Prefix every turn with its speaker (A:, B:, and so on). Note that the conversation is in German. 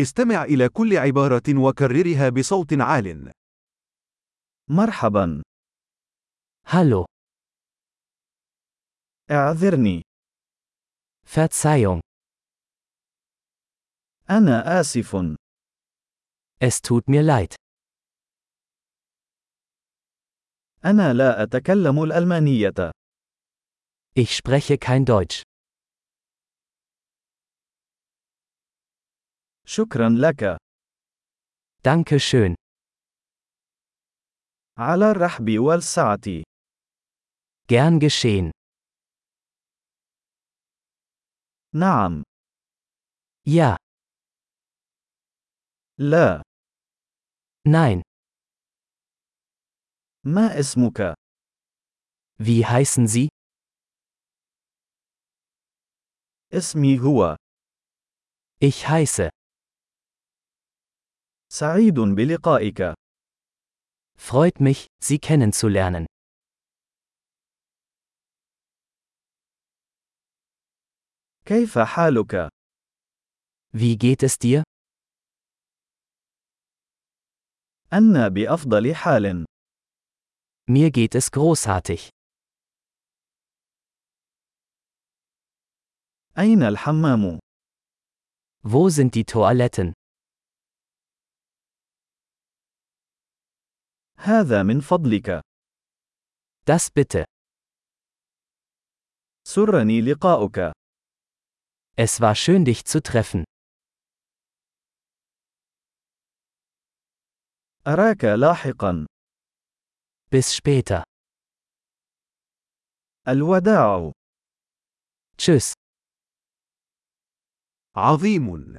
A: استمع إلى كل عبارة وكررها بصوت عال.
B: مرحبا
C: Hallo,
B: اعذرني
C: Verzeihung,
B: انا اسف
C: es tut mir leid.
B: انا لا اتكلم الالمانيه
C: Ich spreche kein Deutsch.
B: شكرا لك
C: Danke schön.
B: على الرحب والسعه
C: Gern geschehen.
B: نعم
C: Ja,
B: لا
C: nein.
B: ما اسمك
C: Wie heißen Sie?
B: اسمي هو
C: Ich heiße.
B: سعيد بلقائك
C: Freut mich, Sie kennenzulernen.
B: كيف حالك
C: Wie geht es dir?
B: انا بافضل حال
C: Mir geht es großartig.
B: اين الحمام
C: Wo sind die Toiletten?
B: هذا من فضلك
C: Das bitte.
B: سرني لقاؤك
C: Es war schön, dich zu treffen.
B: اراك لاحقا
C: Bis später.
B: الوداع
C: Tschüss.
A: عظيم!